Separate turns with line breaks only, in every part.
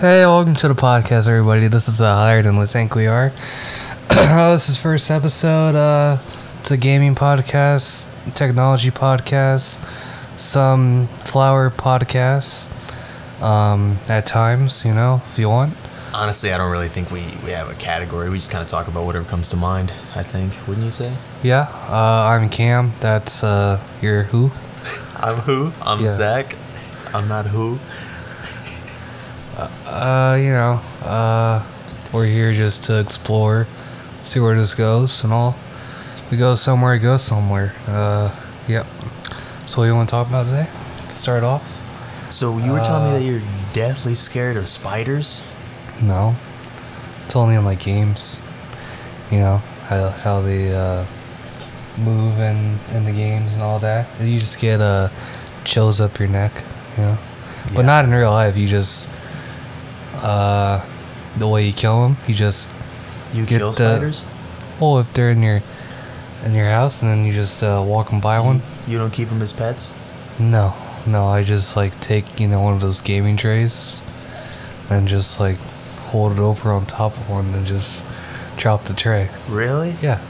Hey, welcome to the podcast, everybody. This is uh, Higher Than We Think We Are. Oh, this is first episode. Uh, it's a gaming podcast, technology podcast, some flower podcasts um, at times, you know, if you want.
Honestly, I don't really think we, we have a category. We just kind of talk about whatever comes to mind, I think. Wouldn't you say?
Yeah, uh, I'm Cam. That's uh, your who?
I'm who? I'm
Yeah.
Zach. I'm not who.
Uh, you know, uh, we're here just to explore, see where this goes and all. We go somewhere, it goes somewhere. Uh, yep. So, what do you want to talk about today? To start off?
So you were telling
Uh,
me that you're deathly scared of spiders?
No. It's only in like games. You know, how, how they uh, move in, in the games and all that. You just get uh, chills up your neck, you know?
Yeah.
But not in real life. You just, uh, the way you kill them, you just
You
Get
kill
the-
spiders?
Well, if they're in your in your house and then you just uh, walk and buy one.
You don't keep them as pets?
No, no, I just like take you know one of those gaming trays and just like hold it over on top of one and just drop the tray.
Really?
Yeah,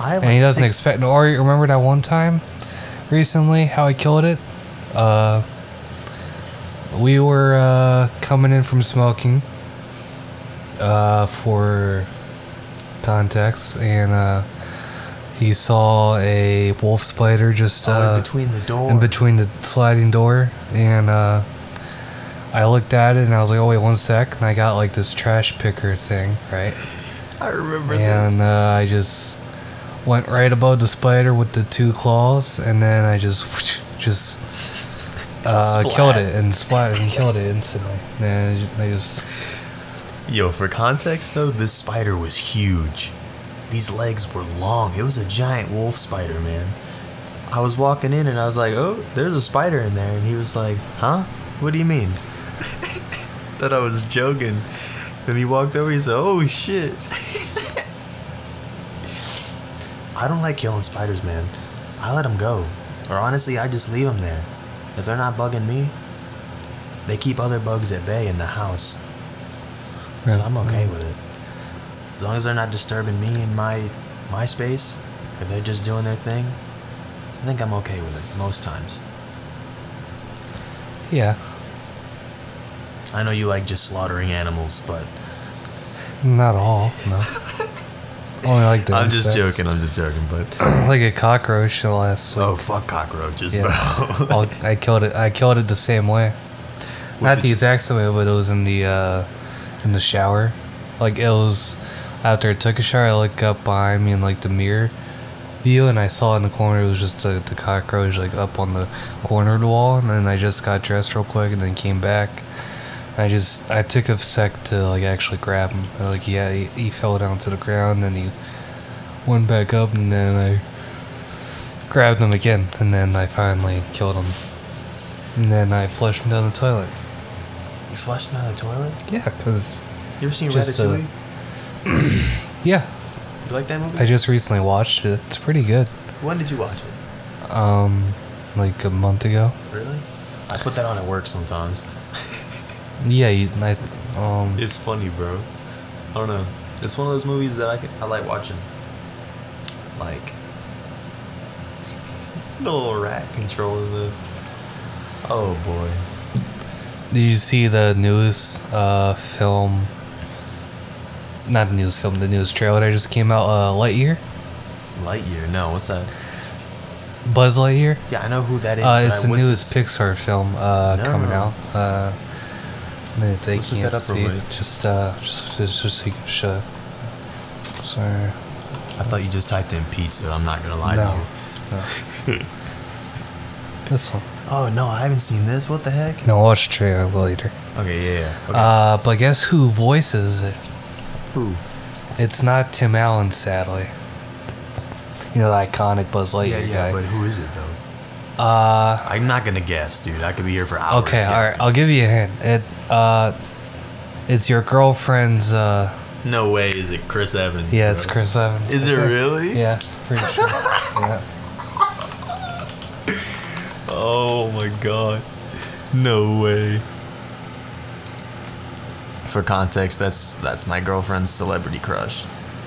I have
and he
like
doesn't
six-
expect. no, Or you remember that one time recently how I killed it? Uh, we were uh, coming in from smoking. Uh, for context, and uh, he saw a wolf spider just
Oh, in
uh,
between the door.
in between the sliding door, and uh, I looked at it and I was like, "Oh wait, one sec!" And I got like this trash picker thing, right?
I remember
and uh, I just went right above the spider with the two claws, and then I just just uh,
Splat.
killed it and splatted and killed it instantly. And I just, I just
this. Yo, for context though, this spider was huge. These legs were long. It was a giant wolf spider, man. I was walking in and I was like, "Oh, there's a spider in there," and he was like, "Huh? What do you mean?" Thought I was joking. Then he walked over. He said, "Oh shit." I don't like killing spiders, man. I let them go, or honestly, I just leave them there. If they're not bugging me, they keep other bugs at bay in the house. So I'm okay with it. As long as they're not disturbing me in my my space, if they're just doing their thing, I think I'm okay with it most times.
yeah.
I know you like just slaughtering animals, but
Not all, no. Only like the
I'm just
insects.
joking. I'm just joking, but
Like a cockroach, unless like,
oh fuck cockroaches,
yeah.
bro.
I'll- I killed it. I killed it the same way. Not
did
the
you-
exact same way, but it was in the uh, in the shower. Like it was after I took a shower, I looked up behind me in like the mirror view, and I saw in the corner it was just uh, the, the cockroach like up on the corner of the wall, and then I just got dressed real quick and then came back. I just I took a sec to like actually grab him. Like yeah, he, he fell down to the ground, and he went back up, and then I grabbed him again, and then I finally killed him. And then I flushed him down the toilet.
you flushed them out of the toilet.
Yeah, because.
You ever seen
Just, uh,
Ratatouille?
Yeah,
you like that movie?
I just recently watched it. It's pretty good.
when did you watch it?
Um, like a month ago.
Really? I put that on at work sometimes.
Yeah, you, I, um,
It's funny, bro. I don't know. It's one of those movies that I can, I like watching. Like the little rat controlling the. Oh boy.
did you see the newest uh film? Not the newest film, the newest trailer that just came out. Uh, Lightyear,
Lightyear. No, what's that?
Buzz Lightyear.
Yeah, I know who that is.
Uh,
but
it's
I-
the
what's
newest
this-
Pixar film uh,
No.
coming out. Uh, that they
Let's look
can't
that up
see.
real quick.
Just, uh, just, just, just so you can shut. Sorry.
I thought you just typed in pizza. I'm not gonna lie to
no.
you.
no. this one.
Oh no, I haven't seen this. What the heck?
No, I'll watch the trailer later.
Okay, yeah, yeah. Okay.
Uh, but guess who voices it?
who?
It's not Tim Allen, sadly. You know the iconic Buzz Lightyear
Yeah, yeah.
guy.
But who is it though?
uh,
I'm not gonna guess, dude. I could be here for hours.
Okay, all right.
guessing.
I'll give you a hint. It uh, it's your girlfriend's. Uh,
No way. Is it Chris Evans?
yeah, it's
bro?
Chris Evans.
Is it really?
Yeah, pretty sure. yeah.
Oh my god. No way. For context, that's that's my girlfriend's celebrity crush.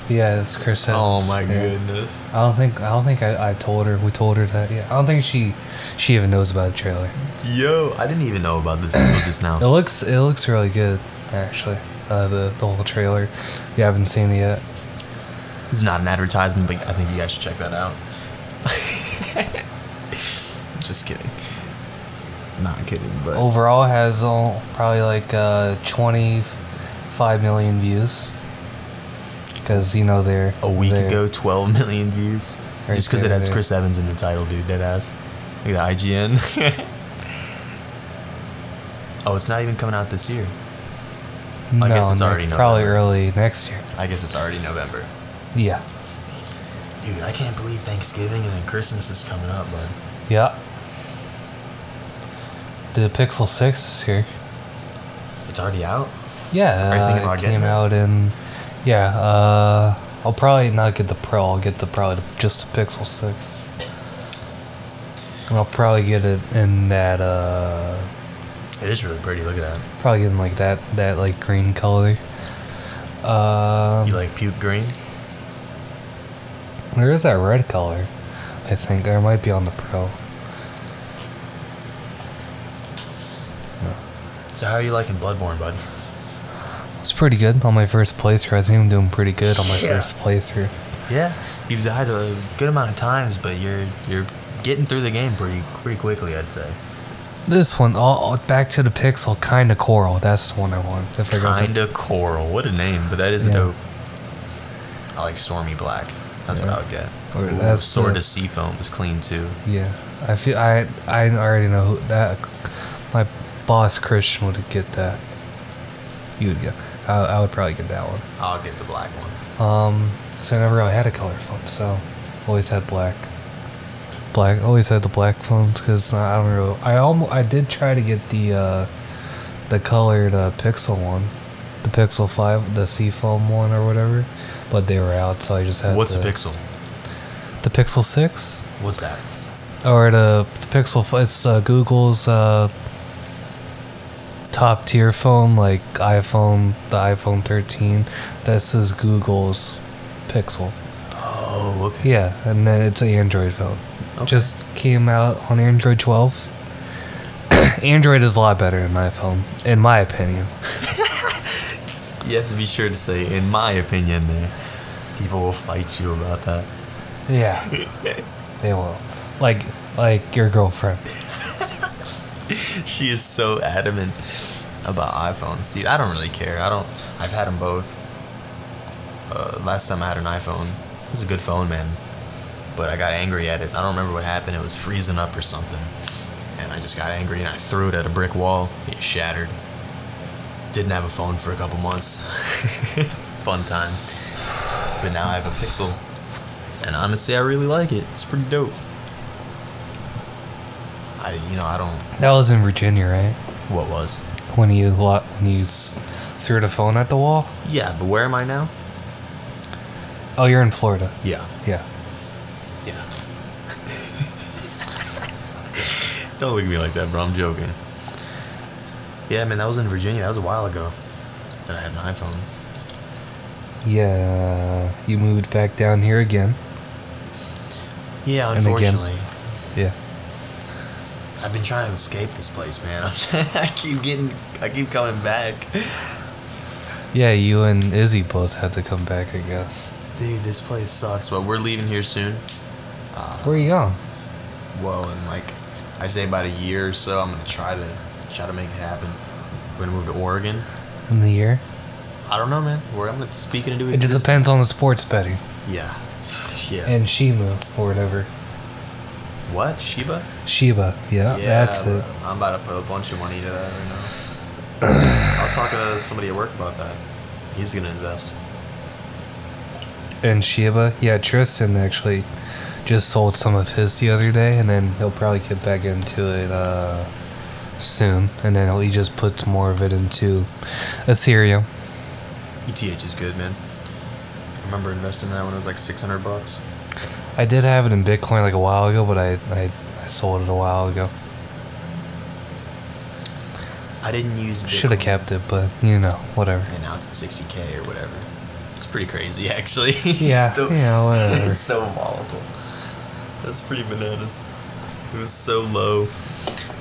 Yeah, it's Chris Evans.
Oh my
Yeah.
goodness.
I don't think I don't think I, I told her we told her that. Yeah, I don't think she she even knows about the trailer.
Yo, I didn't even know about this until just
It
now.
looks it looks really good actually. Uh, the the whole trailer. You haven't seen it yet.
It's not an advertisement, but I think you guys should check that out. just kidding. Not kidding, but
Overall, it has all, probably like uh, twenty five million views. Because you know they're
a week
they're-
ago, 12 million views.
Right
just because it
there,
has
dude.
Chris Evans in the title, dude. Dead ass. Look at the IGN. oh, it's not even coming out this year. I guess it's
no,
already
probably
November.
early next year.
I guess it's already November.
Yeah,
Dude, I can't believe Thanksgiving and then Christmas is coming up, bud.
yeah. The Pixel Six is here.
It's already out?
Yeah,
Are you thinking
uh,
about
it
getting
came
it?
out in. Yeah, uh, I'll probably not get the Pro. I'll get the probably the- just the Pixel Six. And I'll probably get it in that. uh
It is really pretty. Look at that.
Probably getting like that that like green color. Um,
You like puke green?
where is that red color? I think or it might be on the Pro.
So, how are you liking Bloodborne, bud?
It's pretty good on my first playthrough. I think I'm doing pretty good on my
Yeah.
first playthrough.
Yeah, you've died a good amount of times, but you're you're getting through the game pretty pretty quickly, I'd say.
This one, all back to the Pixel, kind of coral. That's the one I want. If I got the-
Kinda Coral. What a name, but that is
Yeah.
dope. I like Stormy Black. That's
Yeah.
what I would get.
Or
Ooh,
that's
Sword
the-
of Seafoam is clean too.
Yeah, I feel I I already know who that my boss Christian would get that. You would get. I, I would probably get that one.
I'll get the black one.
Um, so I never really had a color phone, so always had black. Black always had the black phones because I don't know. I almost I did try to get the uh, the colored uh, Pixel one, the Pixel Five, the Seafoam one or whatever, but they were out, so I just had.
What's a
the,
pixel?
The Pixel Six.
What's that?
or the Pixel. ph- It's uh, Google's uh, top tier phone, like iPhone, the iPhone 13. This is Google's Pixel.
Oh, okay.
Yeah, and then it's an Android phone.
Okay.
Just came out on Android 12. Android is a lot better than iPhone, in my opinion.
You have to be sure to say, in my opinion, there. People will fight you about that.
Yeah, they will. Like, like your girlfriend.
she is so adamant about iPhones. Dude, I don't really care. I don't. I've had them both. Uh, last time I had an iPhone, it was a good phone, man. But I got angry at it. I don't remember what happened. It was freezing up or something, and I just got angry and I threw it at a brick wall. It shattered. Didn't have a phone for a couple months. Fun time. But now I have a Pixel, and honestly, I really like it. It's pretty dope. I, you know, I don't.
That was in Virginia, right?
What was?
When you lo- when you s- threw the phone at the wall.
Yeah, but where am I now?
Oh, you're in Florida.
Yeah.
Yeah.
Yeah. Don't look at me like that, bro. I'm joking. Yeah, man, that was in Virginia. That was a while ago that I had an iPhone.
Yeah. You moved back down here again.
Yeah,
And again.
unfortunately.
Yeah.
I've been trying to escape this place, man. I keep getting, I keep coming back.
Yeah, you and Izzy both had to come back, I guess.
Dude, this place sucks, but we're leaving here soon.
Where are you going?
Well, in like, I'd say about a year or so, I'm gonna try to, try to make it happen. We're gonna move to Oregon.
In the year?
I don't know, man. We're, I'm gonna speak into
It
existence.
just depends on the sports betting.
Yeah. Yeah.
And Shima, or whatever.
what? Shiba?
Shiba. Yeah, Uh, that's
bro.
it.
I'm about to put a bunch of money to that right now. I was talking to somebody at work about that. He's gonna invest.
And Shiba. Yeah, Tristan actually just sold some of his the other day, and then he'll probably get back into it uh, soon. And then he'll, he just puts more of it into Ethereum.
ETH E is good, man. I remember investing in that when it was like 600 bucks.
I did have it in Bitcoin like a while ago, but I, I, I sold it a while ago.
I didn't use. Bitcoin.
Should have kept it, but you know, whatever.
And now it's at 60k or whatever. It's pretty crazy, actually.
Yeah, yeah, whatever.
it's so volatile. That's pretty bananas. It was so low.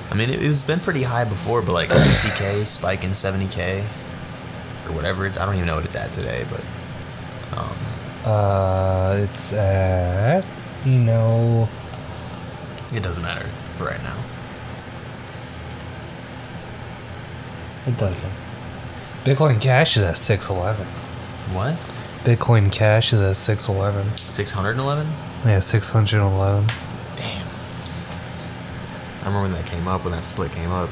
I mean, it, it's been pretty high before, but like 60k, spiking 70k, or whatever. It's, I don't even know what it's at today, but um,
Uh, it's at you know
it doesn't matter for right now.
it doesn't. Bitcoin Cash is at six eleven.
What?
Bitcoin Cash is at six eleven.
611?
Yeah, six hundred eleven.
Damn. I remember when that came up, when that split came up.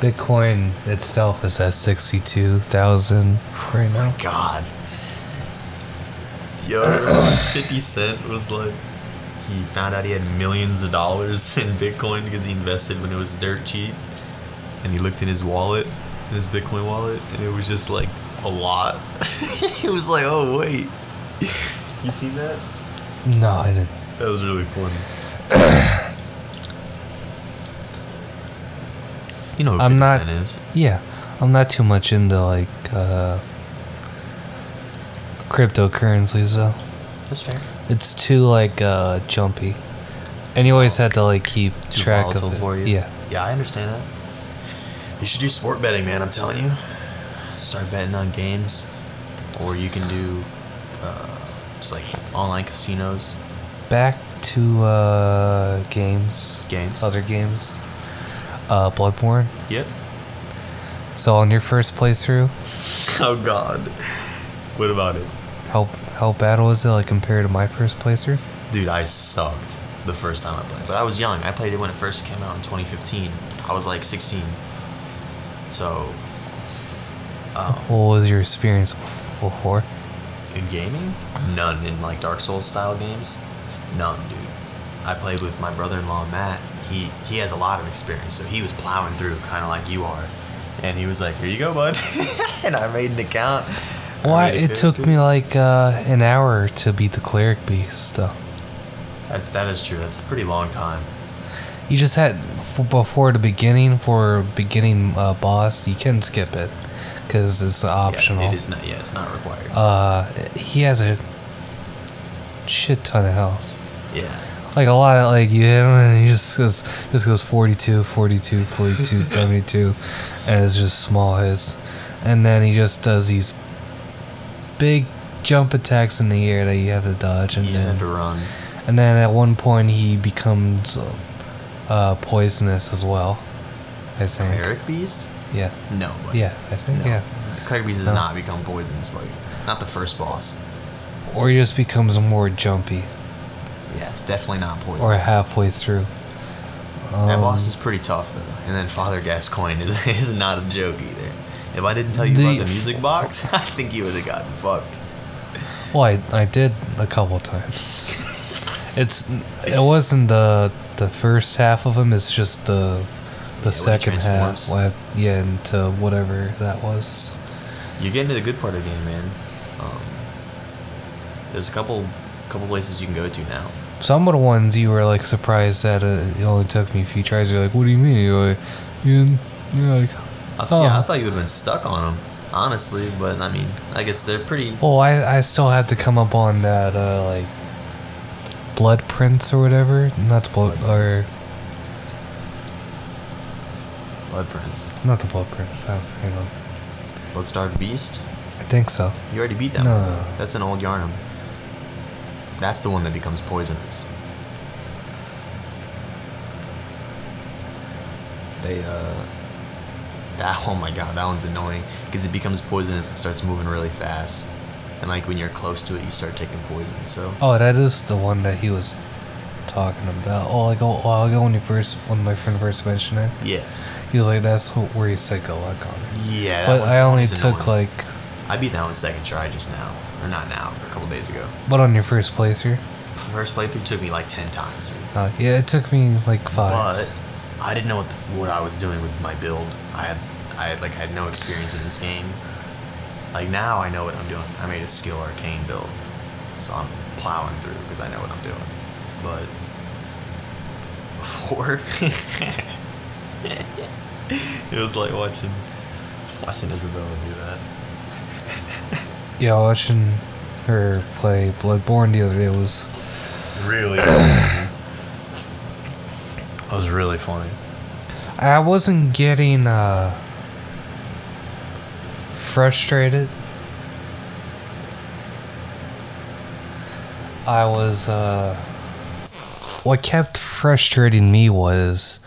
Bitcoin itself is at sixty two thousand right now.
God. Yo, I remember 50 Cent was like, he found out he had millions of dollars in Bitcoin because he invested when it was dirt cheap. And he looked in his wallet, in his Bitcoin wallet, and it was just like a lot. it was like, oh, wait. you seen that?
No, I didn't.
That was really funny. you know who 50
I'm not-
Cent is.
Yeah, I'm not too much into like uh, cryptocurrencies though.
That's fair.
It's too like uh, jumpy, and you always had to like keep
Too
track
volatile
of it.
for you.
Yeah,
Yeah, I understand that. You should do sport betting, man. I'm telling you. Start betting on games, or you can do uh, just like online casinos.
back to uh, games.
Games.
Other games. Uh, Bloodborne.
Yep.
So on your first playthrough,
Oh God. What about it,
how how bad was it like compared to my first playthrough?
dude? I sucked the first time I played, but I was young. I played it when it first came out in 2015. I was like 16. So, um,
What was your experience before?
In gaming? None in like Dark Souls style games. None, dude. I played with my brother-in-law Matt. He he has a lot of experience, so he was plowing through, kind of like you are. And he was like, "Here you go, bud." and I made an account. I
Why
made a
it took
character.
me like uh, an hour to beat the cleric beast though.
That, that is true. That's a pretty long time.
You just had f- before the beginning for beginning uh, boss. You can skip it because it's optional.
Yeah, it is not. Yeah, it's not required.
Uh, he has a shit ton of health.
yeah.
Like a lot of like you hit him and he just goes just goes 42, 42, 42, 72, and it's just small hits. And then he just does these big jump attacks in the air that you have to dodge and
You just
then
have to run.
and then at one point he becomes uh, poisonous as well. I think.
Cleric Beast?
Yeah.
No. Buddy.
Yeah, I think
No.
yeah.
Cleric Beast does
No.
not become poisonous, buddy. Not the first boss.
Or he just becomes more jumpy,
Yeah, it's definitely not poisonous.
or halfway through.
That
Um,
boss is pretty tough though. And then Father Gascoigne is, is not a joke either. If I didn't tell you
The-
about the music box, I think you would have gotten fucked.
Well, I, I did a couple times. It's it wasn't the the first half of him. It's just the the
Yeah, when he
second half.
transforms.
What, yeah, into whatever that was.
You're getting to the good part of the game, man. Um, there's a couple couple places you can go to now.
Some of the ones you were like surprised that uh, it only took me a few tries. You're like, what do you mean? You're like, you didn't- you're like,
I, th-
oh.
yeah, I thought you would have been stuck on them, honestly. But I mean, I guess they're pretty.
Well, I, I still had to come up on that uh, like blood prints or whatever. Not the blood,
Blood
or
Prince. Blood Prince,
not the blood prints. Oh, hang on,
Bloodstarved Beast.
I think so.
You already beat that
No.
one. That's an old Yarnum. That's the one that becomes poisonous. They, uh. That, oh my god, that one's annoying. Because it becomes poisonous and starts moving really fast. And, like, when you're close to it, you start taking poison, so.
Oh, that is the one that he was talking about. Oh, like a while ago when he first, when my friend first mentioned it,
Yeah.
he was like, "That's wh- where you said good luck on it."
Yeah, that
but
one's-
I only
that one's
took
annoying.
like,
I beat that one second try just now. Or not now, a couple days ago.
but on your first playthrough,
First playthrough took me like 10 times.
uh, yeah, it took me like five.
but I didn't know what the, what I was doing with my build. I had I had, like had no experience in this game. Like now I know what I'm doing. I made a skill arcane build, so I'm plowing through because I know what I'm doing. But before, it was like watching watching Isabella do that.
Yeah, watching her play Bloodborne the other day was
Really, that was really funny.
I wasn't getting uh frustrated. I was uh what kept frustrating me was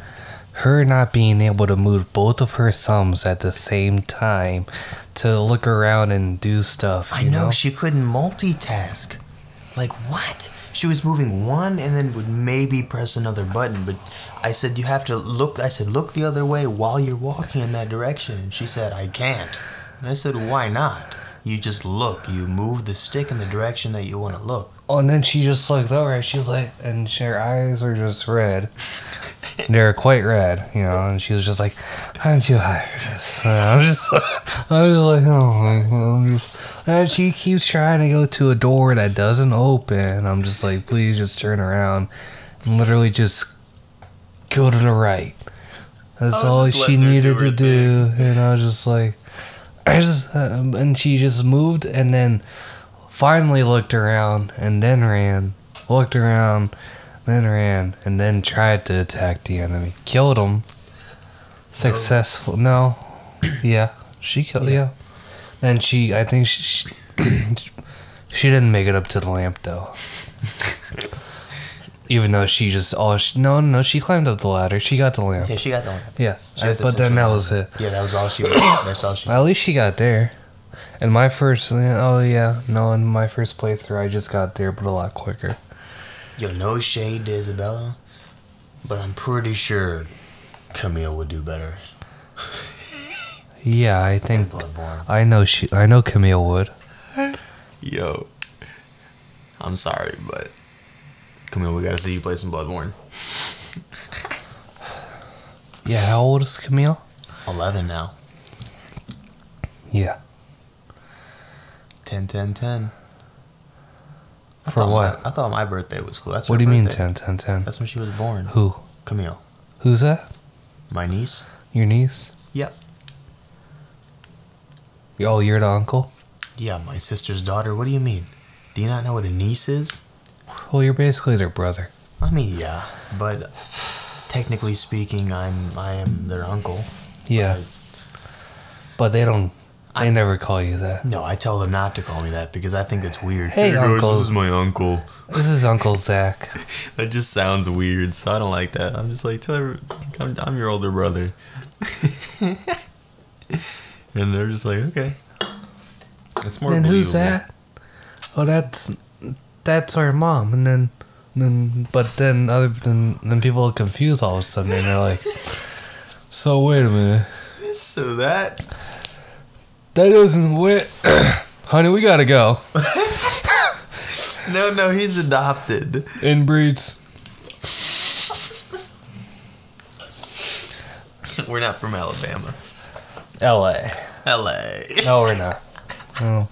her not being able to move both of her thumbs at the same time to look around and do stuff.
I
you
know she couldn't multitask. Like what? She was moving one and then would maybe press another button, but I said you have to look I said look the other way while you're walking in that direction and she said I can't. And I said why not? You just look, you move the stick in the direction that you want to look.
Oh, and then she just looked over and she's like, and her eyes were just red. they were quite red, you know, and she was just like, I'm too high for this. And I'm just, I'm just like, oh my I'm just, and she keeps trying to go to a door that doesn't open. I'm just like, please just turn around and literally just go to the right. That's
I was
all
just
she
letting her
needed
do her
to do. And I was just like, I just, um, and she just moved and then finally looked around and then ran, looked around, then ran, and then tried to attack the enemy. Killed him. Successful. No. Yeah. She killed, yeah. And she, I think she, she, she didn't make it up to the lamp though. Even though she just, oh, she, no, no, she climbed up the ladder. She got the lamp.
Yeah, she got the one.
Yeah.
She had the
but then
six
that
one.
was it.
Yeah, that was all she that's all she
At least she got there. And my first, oh yeah, no, in my first playthrough, I just got there, but a lot quicker.
Yo, no shade to Isabella, but I'm pretty sure Camille would do better.
Yeah, I think
Bloodborne.
I know she. I know Camille would.
Yo. I'm sorry, but Camille, we gotta see you play some Bloodborne.
Yeah, how old is Camille?
Eleven now.
Yeah,
10, 10, 10. I
For
thought
what?
My, I thought my birthday was cool. That's
what do
her
you mean
birthday.
10, 10, 10?
That's when she was born.
Who?
Camille,
Who's that?
my niece.
Your niece?
Yep.
Oh, you're the uncle.
Yeah, my sister's daughter. What do you mean? Do you not know what a niece is?
Well, you're basically their brother.
I mean, yeah, but technically speaking, I'm I am their uncle.
Yeah, but they don't. They
I-
never call you that.
No, I tell them not to call me that because I think it's weird.
Hey, Hey, guys, uncle. this is
my uncle.
This is Uncle Zach.
That just sounds weird, so I don't like that. I'm just like, tell every, I'm, I'm your older brother. and they're just like, okay. That's more
And then who's
believable.
that? Oh, that's that's our mom. And then, then but then other then, then people are confused all of a sudden, and they're like, "So wait a minute,
So that
that doesn't wait, honey. We gotta go."
no, no, he's adopted.
Inbreeds.
We're not from Alabama,
L.A.
L.A.
No, we're not. No.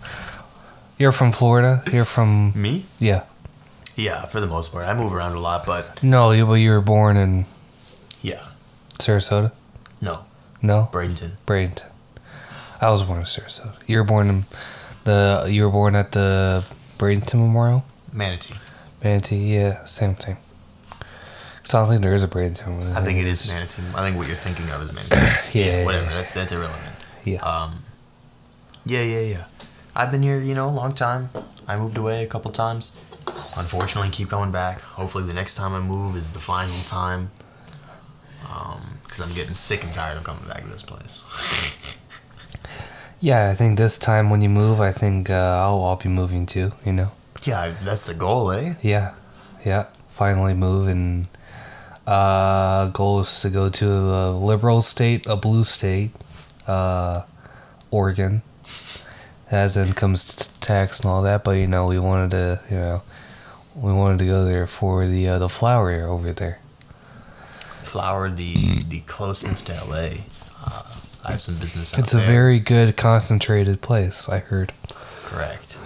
You're from Florida. You're from
Me?
yeah.
Yeah, for the most part, I move around a lot, but
No, you but you were born in
yeah,
Sarasota.
no,
No,
Bradenton.
Bradenton. I was born in Sarasota. You were born in the you were born at the Bradenton Memorial.
Manatee.
Manatee, yeah, same thing. So I don't think there is a Bradenton. one.
I think it is Manatee. I think what you're thinking of is Manatee.
Yeah, yeah,
whatever.
yeah.
That's that's irrelevant.
Yeah.
Um, yeah, yeah, yeah. I've been here, you know, a long time. I moved away a couple times. Unfortunately, keep going back. Hopefully, the next time I move is the final time. Because I'm getting sick and tired of coming back to this place.
yeah, I think this time when you move, I think uh, I'll, I'll be moving too. You know.
Yeah, that's the goal, eh?
Yeah, yeah. Finally move and uh, goal is to go to a liberal state, a blue state, uh, Oregon, has income s- tax and all that. But you know, we wanted to, you know, we wanted to go there for the uh, the flower air over there.
Flower, the the closest to LA. Uh, I have some business out
It's a
there.
very good concentrated place. I heard.
Correct.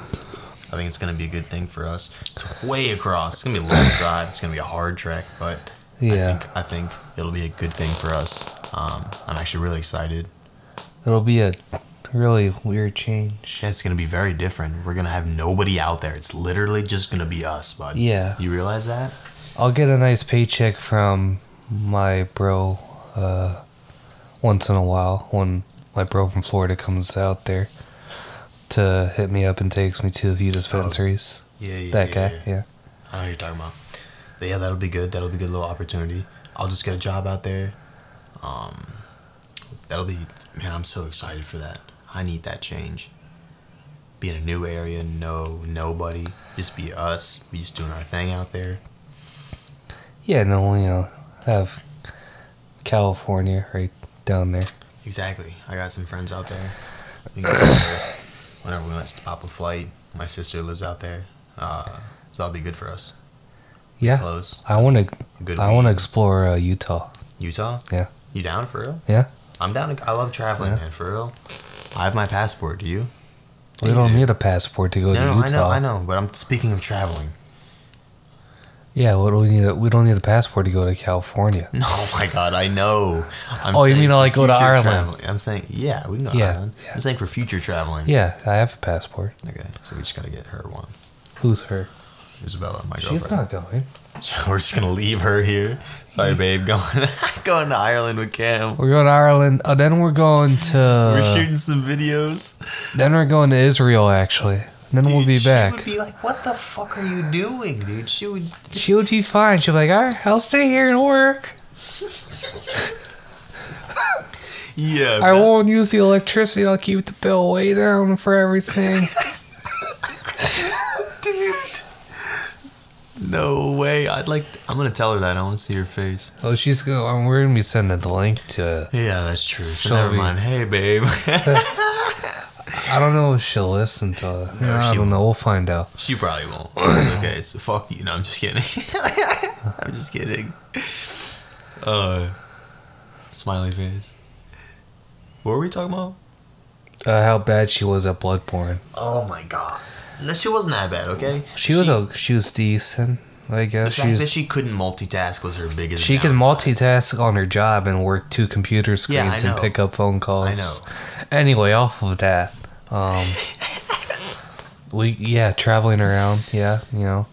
I think it's going to be a good thing for us. It's way across. It's going to be a long drive. It's going to be a hard trek, but
Yeah.
I think I think it'll be a good thing for us. Um, I'm actually really excited.
It'll be a really weird change.
It's gonna be very different. We're gonna have nobody out there. It's literally just gonna be us, bud.
Yeah.
You realize that?
I'll get a nice paycheck from my bro uh, once in a while when my bro from Florida comes out there to hit me up and takes me to a few dispensaries.
Yeah, yeah.
that
yeah,
guy,
Oh, yeah.
yeah.
I know what you're talking about. But yeah, that'll be good. That'll be a good little opportunity. I'll just get a job out there. Um, that'll be man. I'm so excited for that. I need that change. Be in a new area, no nobody, just be us. We just doing our thing out there.
Yeah, and then we, you know, have California right down there.
Exactly. I got some friends out there. We can go out there Whenever we want to pop a flight, my sister lives out there, uh, so that'll be good for us.
Yeah,
Close.
I want to.
Good.
I want to
weed.
explore uh, Utah.
Utah.
Yeah,
You down for real?
yeah.
I'm down. To, I love traveling,
Yeah.
man. For real. I have my passport. Do you?
We
Yeah,
don't
dude.
need a passport to go
No,
to
no,
Utah.
I know, I know. But I'm speaking of traveling.
Yeah, what do we need? A, we don't need a passport to go to California.
Oh my God, I know. I'm
Oh, you
saying
mean
for
like go to
future
Ireland?
traveling. I'm saying yeah, we can go to
Yeah,
Ireland.
yeah.
I'm saying for future traveling.
Yeah, I have a passport.
Okay, so we just gotta get her one.
Who's her?
Isabella, my girlfriend.
She's not going.
We're just gonna leave her here. Sorry, babe. Going going to Ireland with Cam.
We're going to Ireland. Oh, then we're going to.
We're shooting some videos.
Then we're going to Israel, actually. Then we'll
Dude,
be
she
back.
would be like, "What the fuck are you doing, dude?" She would.
She would be fine. She'll be like, all right, I'll stay here and work.
Yeah.
I won't use the electricity. I'll keep the bill way down for everything.
dude. No way. I'd like. I'm gonna tell her that. I want to see her face.
oh, she's going. to we're gonna be sending the link to.
Yeah, that's true. So
She'll
never
be-
mind. Hey, babe.
I don't know if she'll listen to. it.
No,
I
she
don't know. We'll find out.
she probably won't. It's okay. So fuck you. No, I'm just kidding. I'm just kidding. Uh, smiley face. What were we talking about?
Uh, how bad she was at Bloodborne.
Oh my god. No, she wasn't that bad, okay?
She was a. She was decent. I
The
guess
fact that
she's.
she couldn't multitask was her biggest.
She can
downside.
multitask on her job and work two computer
Yeah, I
screens and
know.
pick up phone calls.
I know.
Anyway, off of that, um, we yeah traveling around. Yeah, you know.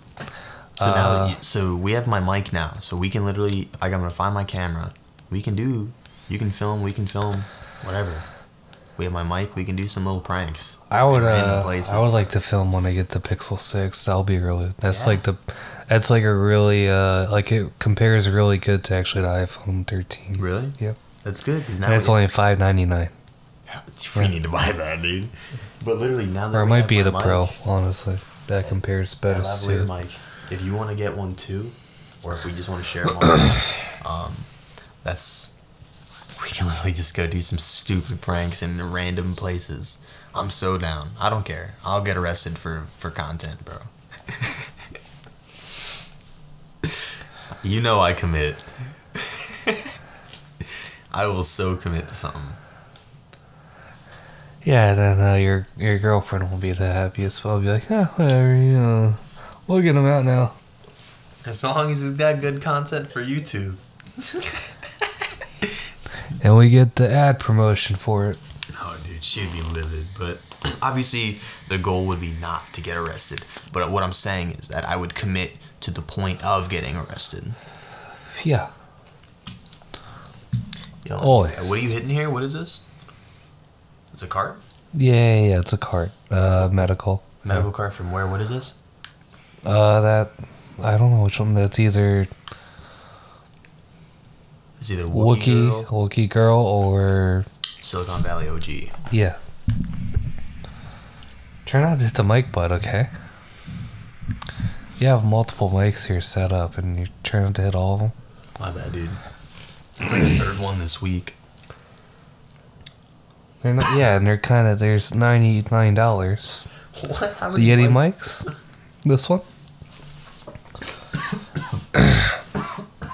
So
uh,
now, you- so we have my mic now, so we can literally. Like, I'm gonna find my camera. We can do. You can film. We can film. Whatever. We have my mic. We can do some little pranks.
I would
in random
uh,
places.
I would like to film when I get the Pixel Six. That'll be really. That's
Yeah.
like the. That's like a really uh like it compares really good to actually the iPhone 13.
Really?
Yep.
That's good because now
And it's
we,
only 5.99,
we need to buy that, dude. But literally now that
or it
we
might
have
be
my
the
mic,
Pro. Honestly, that compares
I
better
love
to.
Lear mic. If you want to get one too, or if we just want to share one, um, that's we can literally just go do some stupid pranks in random places. I'm so down. I don't care. I'll get arrested for for content, bro. you know I commit. I will so commit to something.
Yeah, then uh, your your girlfriend will be the happiest. I'll be like, yeah, whatever. You know, we'll get him out now.
As long as it's got good content for YouTube.
And we get the ad promotion for it.
Oh, dude, she'd be livid. But obviously, the goal would be not to get arrested. But what I'm saying is that I would commit to the point of getting arrested.
Yeah.
Yo,
Always.
What are you hitting here? What is this? It's a cart?
Yeah, yeah, yeah, it's a cart. Uh, medical.
Medical cart from where? What is this?
Uh, that, I don't know which one. That's either
It's either Wookiee
Wookie,
Girl,
Wookie Girl, or,
Silicon Valley OG.
yeah. Try not to hit the mic bud, okay? You have multiple mics here set up, and you're trying not to hit all of them.
My bad, dude. It's like the third one this week.
They're not, yeah, and they're kind of, there's $99.
What? How
The Yeti
mics?
mics? This one?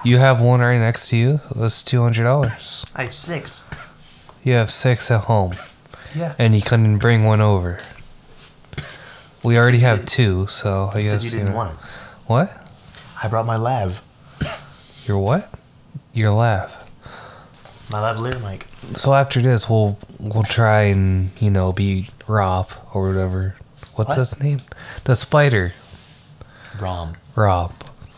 you have one right next to you. That's $200.
I have six.
You have six at home,
Yeah.
and you couldn't bring one over. We already have two, so I
you
guess.
said you didn't
know-
want it.
What?
I brought my lav.
Your what? Your lav.
My lavalier mic.
So after this, we'll we'll try and you know be Rob or whatever. What's
What?
his name? The spider
Rom.
Rob.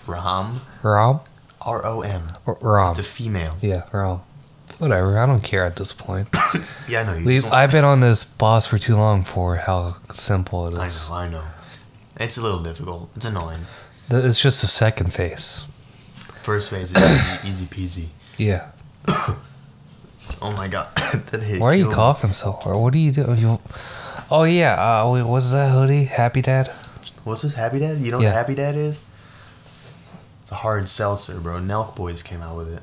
Rom.
Rob.
R O M.
Or Rob.
The female.
Yeah, Rob. Whatever. I don't care at this point.
Yeah, I know you.
We-
just want-
I've been on this boss for too long for how simple it
I
is.
know. I know. It's a little difficult. It's annoying.
Th- It's just the second phase.
First phase is easy peasy.
Yeah.
Oh my god, that hit.
Why are you
killed me.
coughing so hard? What are you doing? You... Oh yeah. Uh, wait, what's that hoodie? Happy Dad.
What's this Happy Dad? You know
Yeah.
what Happy Dad is? It's a hard seltzer, bro. Nelk Boys came out with it.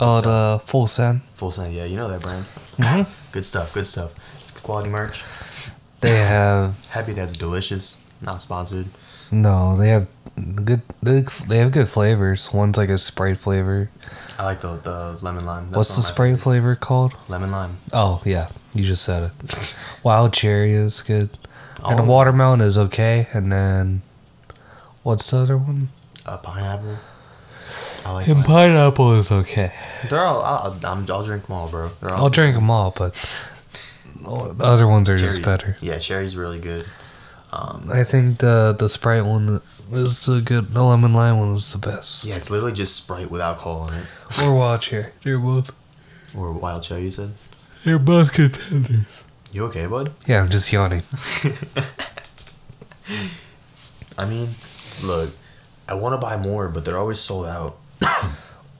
Oh, the full send.
Full send, yeah, you know that brand. Good stuff, good stuff. It's quality merch.
They have
Happy Dad's delicious. Not sponsored.
no. They have good. They they have good flavors. One's like a Sprite flavor.
I like the the lemon lime. That's
What's
one
the
of my
Sprite flavor called?
favorite. Lemon lime.
Oh yeah, you just said it. Wild cherry is good, and
Oh.
the watermelon is okay. And then what's the other one?
A uh, pineapple. I like.
And pineapple is okay.
mine. They're all. I'll, I'm, I'll drink them all, bro. They're all
I'll drink them all, but the other ones are just
cherry.
better.
Yeah, cherry's really good.
I think the the Sprite one is the good. The lemon lime one was the best.
Yeah, it's literally just Sprite with alcohol in it.
Or wild cherry. They're both
Or wild cherry, you said.
they're both contenders.
You okay, bud?
Yeah, I'm just yawning.
I mean, look, I want to buy more, but they're always sold out.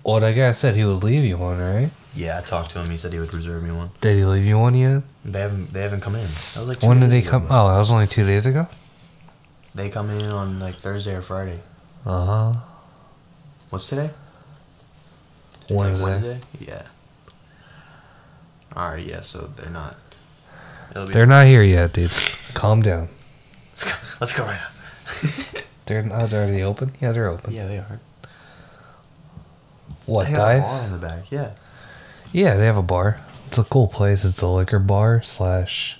Well, that guy said he would leave you one, right?
Yeah, I talked to him. He said he would reserve me one.
Did he leave you one yet?
They haven't. They haven't come in. I was like, two
When did
days
they
ago,
come?
but
Oh, that was only two days ago.
They come in on like Thursday or Friday.
Uh huh.
What's today? It's like
Wednesday.
Wednesday. Yeah. All right. Yeah. So they're not. It'll be,
They're not here yet, dude. Calm down.
Let's go, let's go right now.
They're not, are they open? Yeah, they're open.
Yeah, they are.
What
They got a
dive?
bar in the back. Yeah.
Yeah, they have a bar. It's a cool place. It's a liquor bar slash.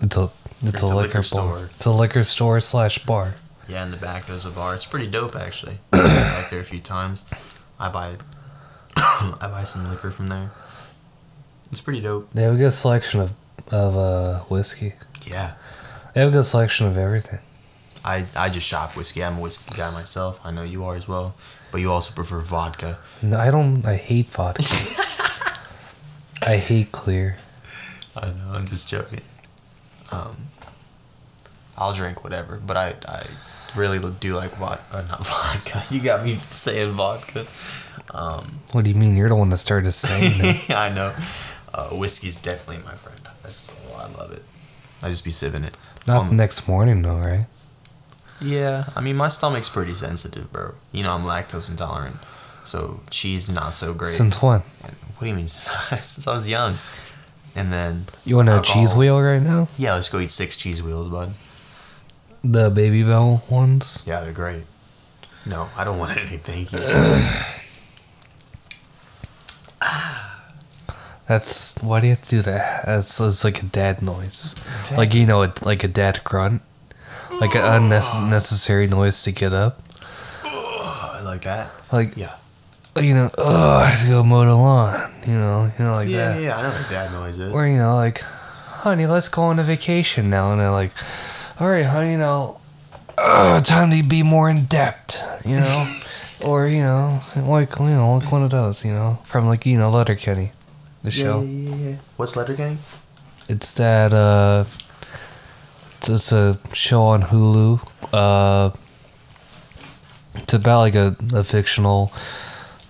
It's a it's, a, liquor, bar.
store.
It's a liquor store slash bar.
Yeah, in the back there's a bar. It's pretty dope actually. I've been back there a few times. I buy I buy some liquor from there. It's pretty dope.
They have a good selection of of uh, whiskey.
Yeah.
They have a good selection of everything.
I, I just shop whiskey. I'm a whiskey guy myself. I know you are as well. But you also prefer vodka.
No, I don't. I hate vodka. I hate clear.
I know, I'm just joking. Um I'll drink whatever, but I, I really do like vodka. Not vodka. You got me saying vodka. Um,
What do you mean? You're the one that started saying it.
I know. Uh, whiskey's definitely my friend. That's why I love it. I just be sipping it.
Not
Um,
next morning though, right?
yeah, I mean my stomach's pretty sensitive, bro. You know I'm lactose intolerant, so cheese not so great.
Since when?
what do you mean since since I was young? And then
You want a cheese
alcohol.
wheel right now?
Yeah, let's go eat six cheese wheels, bud.
The baby bell ones.
Yeah, they're great. No, I don't want any. Thank you.
That's why do you have to do that? That's it's like a dad noise,
Exactly.
like you know, it, like a dad grunt, like an unnecessary noise to get up,
Oh, I like that.
like
Yeah.
you know, oh, I have to go mow the lawn, you know, you know, like
Yeah, yeah,
that,
yeah, I know what dad noise is.
or you know, like, honey, let's go on a vacation now, and they're like, all right, honey, now, uh, time to be more in depth, you know, or you know, like you know, like one of those, you know, from like you know, Letterkenny, the
yeah,
show.
yeah, yeah, yeah. What's letter gang?
It's that uh it's- it's a show on Hulu. Uh it's about like a, a fictional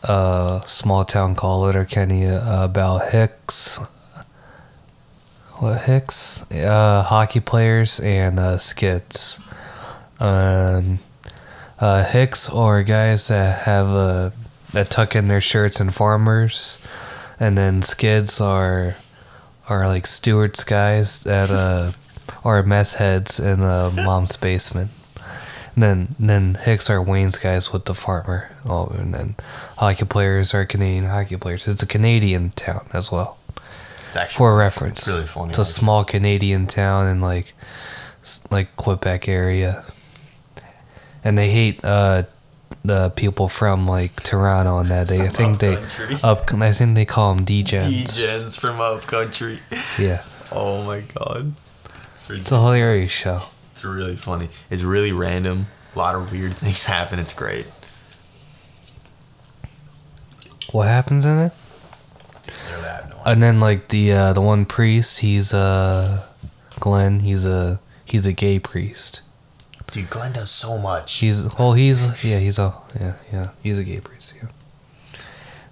uh small town called Letterkenny uh, about Hicks what Hicks? Uh hockey players and uh skits. Um uh Hicks or guys that have uh that tuck in their shirts and farmers and then skids are are like stewards guys that uh are mess heads in uh, mom's basement. And then and then Hicks are Wayne's guys with the farmer. Oh, and then hockey players are Canadian hockey players. It's a Canadian town as well.
It's actually
For
really-
reference,
It's really funny.
It's a
like-
small Canadian town in like s- like Quebec area, and they hate uh, the people from like Toronto and that they I
From
think they
upcountry.
up I think they call them DJs.
DJs from upcountry.
Yeah,
Oh my god. It's,
it's a hilarious show.
it's really funny. It's really random. A lot of weird things happen. It's great.
What happens in it?
Literally, I have no idea.
And then like the uh, the one priest, he's uh Glenn. He's a he's a gay priest.
Dude, Glenn does so much.
He's well, he's yeah, he's a yeah yeah he's a gay priest. Yeah.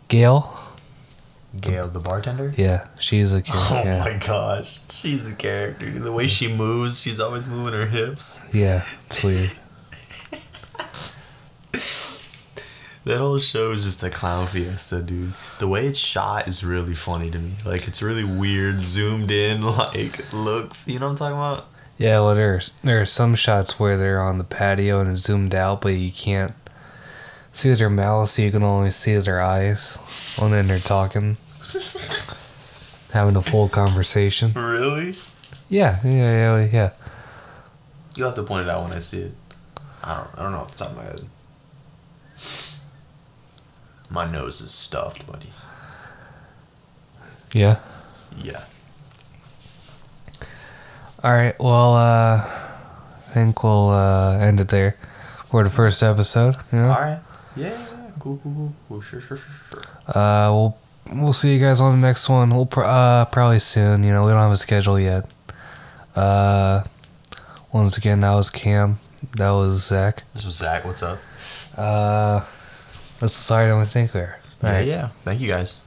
Gail,
Gail, the bartender?
yeah, she's a kid.
Oh
yeah.
my gosh. She's a character. The way she moves, she's always moving her hips.
Yeah, it's weird.
That whole show is just a clown fiesta, dude. The way it's shot is really funny to me. Like, it's really weird, zoomed in, like, looks. You know what I'm talking about?
Yeah, well, there's there are some shots where they're on the patio and it's zoomed out, but you can't see their mouths. So you can only see their eyes, and then they're talking, having a full conversation.
Really?
Yeah, yeah, yeah, yeah.
You'll have to point it out when I see it. I don't, I don't know off the top of my head. My nose is stuffed, buddy.
Yeah.
Yeah.
All right. Well, uh, I think we'll uh, end it there for the first episode. You know?
Alright. Yeah, yeah, yeah. Cool, cool, cool, cool. Sure, sure, sure, sure.
Uh, we'll we'll see you guys on the next one. We'll pr- uh, probably soon. You know, we don't have a schedule yet. Uh, once again, that was Cam. That was Zach.
This was Zach. What's up?
Uh, that's sorry, I don't think there.
Yeah, yeah. Thank you guys.